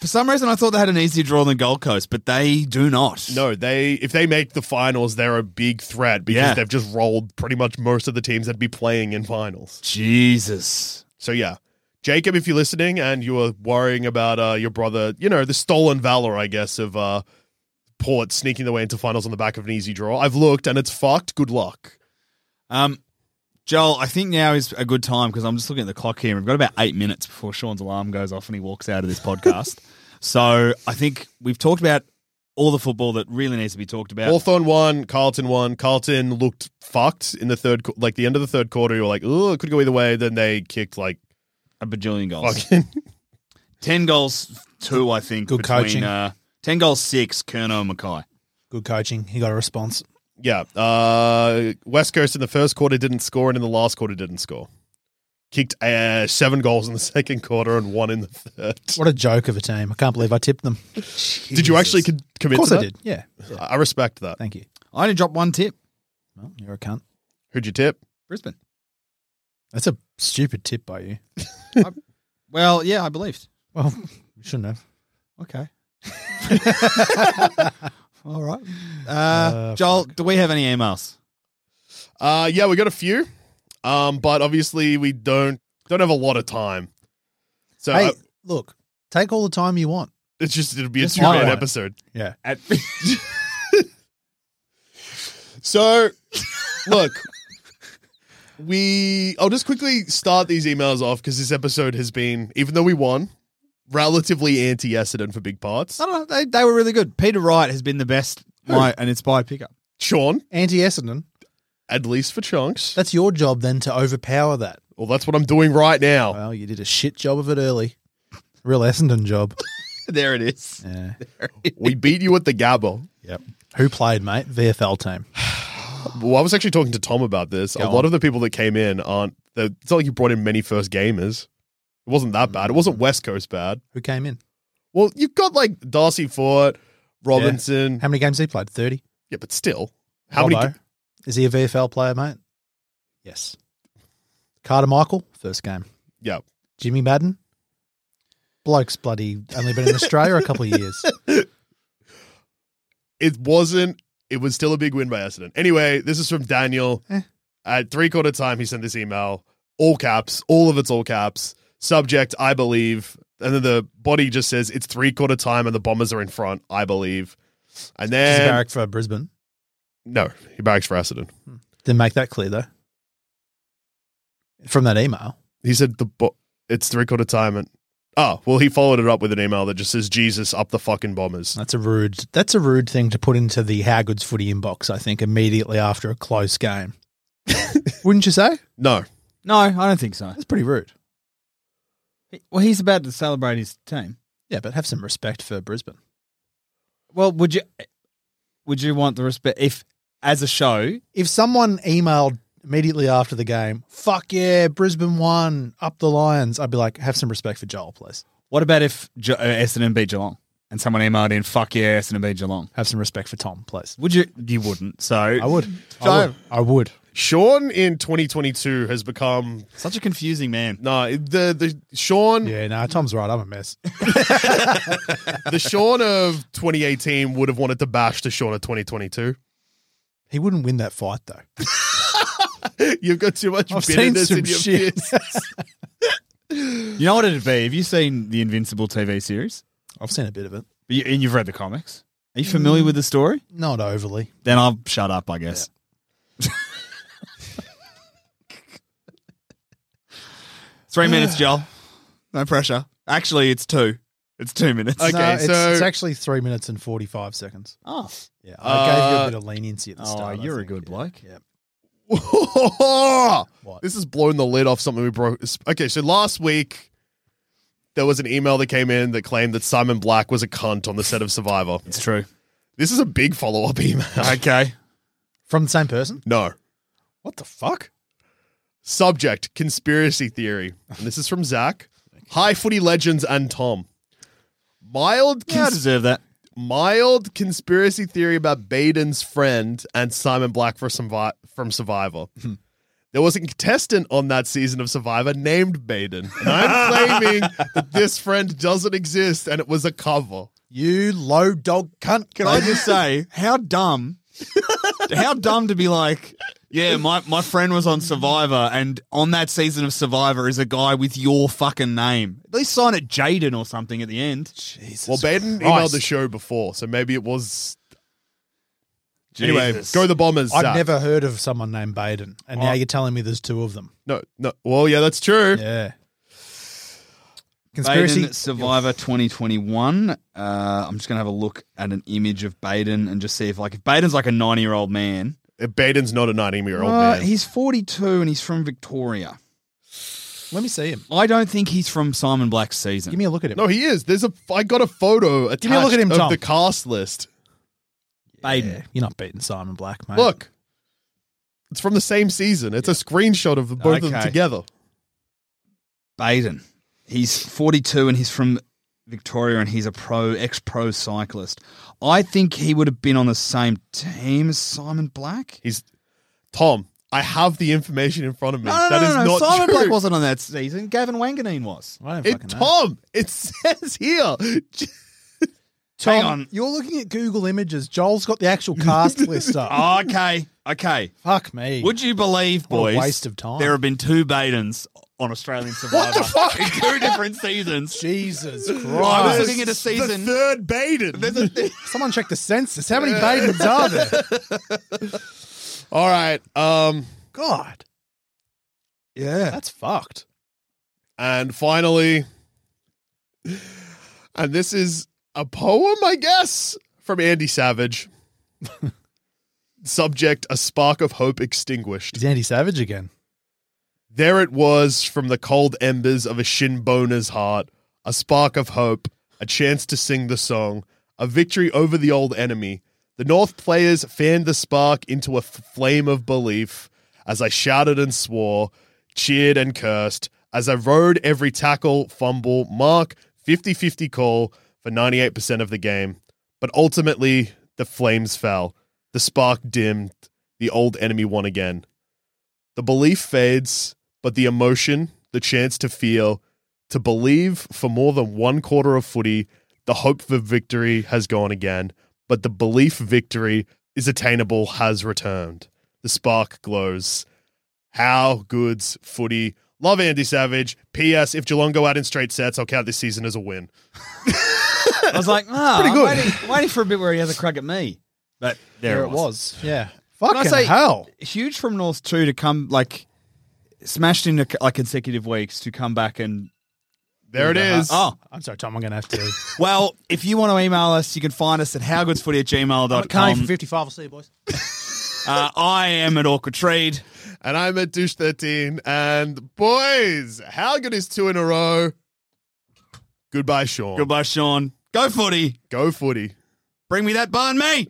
For some reason, I thought they had an easier draw than Gold Coast, but they do not. No, they if they make the finals, they're a big threat because Yeah. they've just rolled pretty much most of the teams that'd be playing in finals. Jesus. So yeah, Jacob, if you're listening and you are worrying about uh, your brother, you know the stolen valor, I guess, of uh, Port sneaking their way into finals on the back of an easy draw. I've looked and it's fucked. Good luck. Um, Joel, I think now is a good time because I'm just looking at the clock here. We've got about eight minutes before Sean's alarm goes off and he walks out of this <laughs> podcast. so I think we've talked about all the football that really needs to be talked about. Hawthorn won, Carlton won. Carlton looked fucked in the third, qu- like the end of the third quarter. You were like, oh, it could go either way. Then they kicked like <laughs> a bajillion goals. fucking Ten goals, two, I think. Good between, coaching. Uh, ten goals, six, Kerno and Mackay. Good coaching. He got a response. Yeah. Uh, West Coast in the first quarter didn't score, and in the last quarter didn't score. Kicked uh, seven goals in the <laughs> second quarter and one in the third. What a joke of a team. I can't believe I <laughs> tipped them. Did you actually con- Of commit course I to that? did. Yeah. I I respect that. Thank you. I only dropped one tip. Well, you're a cunt. Who'd you tip? Brisbane. That's a stupid tip by you. Well, yeah, I believed. Well, you shouldn't have. <laughs> Okay. <laughs> all right. Uh, Joel, do we have any emails? Uh, yeah, we got a few, um, but obviously we don't don't have a lot of time. So hey, uh, look, take all the time you want. it's just it'll be a Just two minute highlight it. episode. Yeah. <laughs> At- So, look, <laughs> we. I'll just quickly start these emails off because this episode has been, even though we won, relatively anti Essendon for big parts. I don't know. They, they were really good. Peter Wright has been the best my, and inspired pickup. Sean, Anti Essendon. at least for chunks. That's your job then to overpower that. Well, that's what I'm doing right now. Well, you did a shit job of it early. Real Essendon <laughs> job. There it is. Yeah. We beat you at the Gabba. Yep. Who played, mate? VFL team. Well, I was actually talking to Tom about this. a Go lot on. of the people that came in aren't. the- It's not like you brought in many first gamers. It wasn't that bad. It Mm. wasn't West Coast bad. Who came in? Well, you've got like Darcy Fort, Robinson. How many games he played? 30? Yeah, but still, how many? Robbo. Is he a VFL player, mate? Yes. Carter Michael, first game. Yeah, Jimmy Madden. Bloke's bloody only been in Australia a couple of <laughs> years. it wasn't. It was still a big win by Essendon. Anyway, this is from Daniel. Eh. At three quarter time, he sent this email, all caps, all of it's all caps. Subject, I believe. And then the body just says it's three quarter time and the bombers are in front, I believe. And He's a then barrack for Brisbane. no, he barracks for Essendon. Didn't make that clear though. From that email. He said the bo- it's three quarter time and oh well, he followed it up with an email that just says Jesus up the fucking bombers. That's a rude that's a rude thing to put into the Howgood's footy inbox, I think, immediately after a close <laughs> game. Wouldn't you say? No, No, I don't think so. That's pretty rude. Well, he's about to celebrate his team. Yeah, but have some respect for Brisbane. Well, would you would you want the respect if as a show? If someone emailed immediately after the game, fuck yeah, Brisbane won, up the Lions, I'd be like, have some respect for Joel, please. What about if Ge- uh, Essendon beat Geelong and someone emailed in, "Fuck yeah, Essendon beat Geelong"? Have some respect for Tom, please. Would you? You wouldn't. So I would. I would. I would. Sean in 2022 has become Such a confusing man. no the the Sean Yeah, no, Tom's right. I'm a mess. the Sean of 2018 would have wanted to bash the Sean of 2022. He wouldn't win that fight though. You've got too much I've seen bitterness some <laughs> in your shit. fists. You know what it'd be? Have you seen the Invincible TV series? I've seen a bit of it. But you, and you've read the comics. Are you familiar with the story? Not overly. Then I'll shut up, I guess. <laughs> Three <sighs> minutes, Joel. No pressure. Actually, it's two. It's two minutes. Okay, no, it's, it's actually three minutes and forty-five seconds. Oh, yeah, I gave you Uh, a bit of leniency at the oh, start. I you're a think. good bloke. Yeah. what? This has blown the lid off something we broke. Okay, so last week there was an email that came in that claimed that Simon Black was a cunt on the set of Survivor. It's true. This is a big follow up email. <laughs> Okay. From the same person? No. What the fuck? Subject conspiracy theory. And this is from Zach. Hi, footy legends and Tom. Mild, Yeah, I cons- deserve that. mild conspiracy theory about Baden's friend and Simon Black for Survi- from Survivor. There was a contestant on that season of Survivor named Baden. And I'm claiming that this friend doesn't exist and it was a cover. You low dog cunt. Can I just say how dumb? how dumb to be like, yeah, my, my friend was on Survivor, and on that season of Survivor is a guy with your fucking name. At least sign it Jaden or something at the end. Jesus. Well, Baden Christ. emailed the show before, so maybe it was. Anyway, Jesus. go the Bombers. I've Zach. never heard of someone named Baden, and Oh. now you're telling me there's two of them. No, no. Well, yeah, that's true. Yeah. Conspiracy. Baden Survivor 2021. Uh, I'm just gonna have a look at an image of Baden and just see if like if Baden's like a 90 year old man. Baden's not a 19 year old Uh, man. he's 42 and he's from Victoria. Let me see him. I don't think he's from Simon Black's Give season. me a look at him. no, he is. There's a. I got a photo attached Give me a look at him, of Tom. the cast list. Baden. Yeah, you're not beating Simon Black, mate. Look, it's from the same season. It's a screenshot of the both of them Okay. together. Baden. He's 42 and he's from Victoria and he's a pro ex pro cyclist. I think he would have been on the same team as Simon Black. He's Tom. I have the information in front of me. No, no, That no, is no, no. not Simon true. Black wasn't on that season. Gavin Wanganeen was. I don't It- fucking know. Tom, it <laughs> says here. Tom, Hang on. You're looking at Google Images. Joel's got the actual <laughs> cast list up. okay, okay. Fuck me. Oh. Would you believe, What a boys? waste of time. There have been two Badens on Australian <laughs> Survivor in two different seasons. Jesus I was Christ. looking at a season. The third Baden. <laughs> Someone check the census. How many Badens are there? All right. Um, God. <laughs> Yeah. That's fucked. and finally, and this is a poem, I guess, from Andy Savage. Subject: A spark of hope extinguished. He's Andy Savage again. There it was from the cold embers of a shinboner's heart, a spark of hope, a chance to sing the song, a victory over the old enemy. The North players fanned the spark into a f- flame of belief as I shouted and swore, cheered and cursed, as I rode every tackle, fumble, mark, 50 50 call for 98% of the game. But ultimately, the flames fell, the spark dimmed, the old enemy won again. The belief fades, but the emotion, the chance to feel, to believe for more than one quarter of footy, the hope for victory has gone again, but the belief victory is attainable has returned. The spark glows. How good's footy? Love Andy Savage. P.S. If Geelong go out in straight sets, I'll count this season as a win. I was <laughs> like, ah, Pretty good. I'm waiting, waiting for a bit where he has a crack at me. But there, it was. Yeah. Fucking say- hell. Huge from North two to come like smashed into like consecutive weeks to come back and There it is. oh I'm sorry, Tom. I'm going <laughs> to have to. well if you want to email us you can find us at howgoodsfooty at I'm coming for gmail.com 55. I'll see you, boys. uh, I am at Awkward Trade And I'm at Douche 13. And boys, how good is two in a row? Goodbye, Sean. goodbye Sean go footy Go footy. bring me that bun me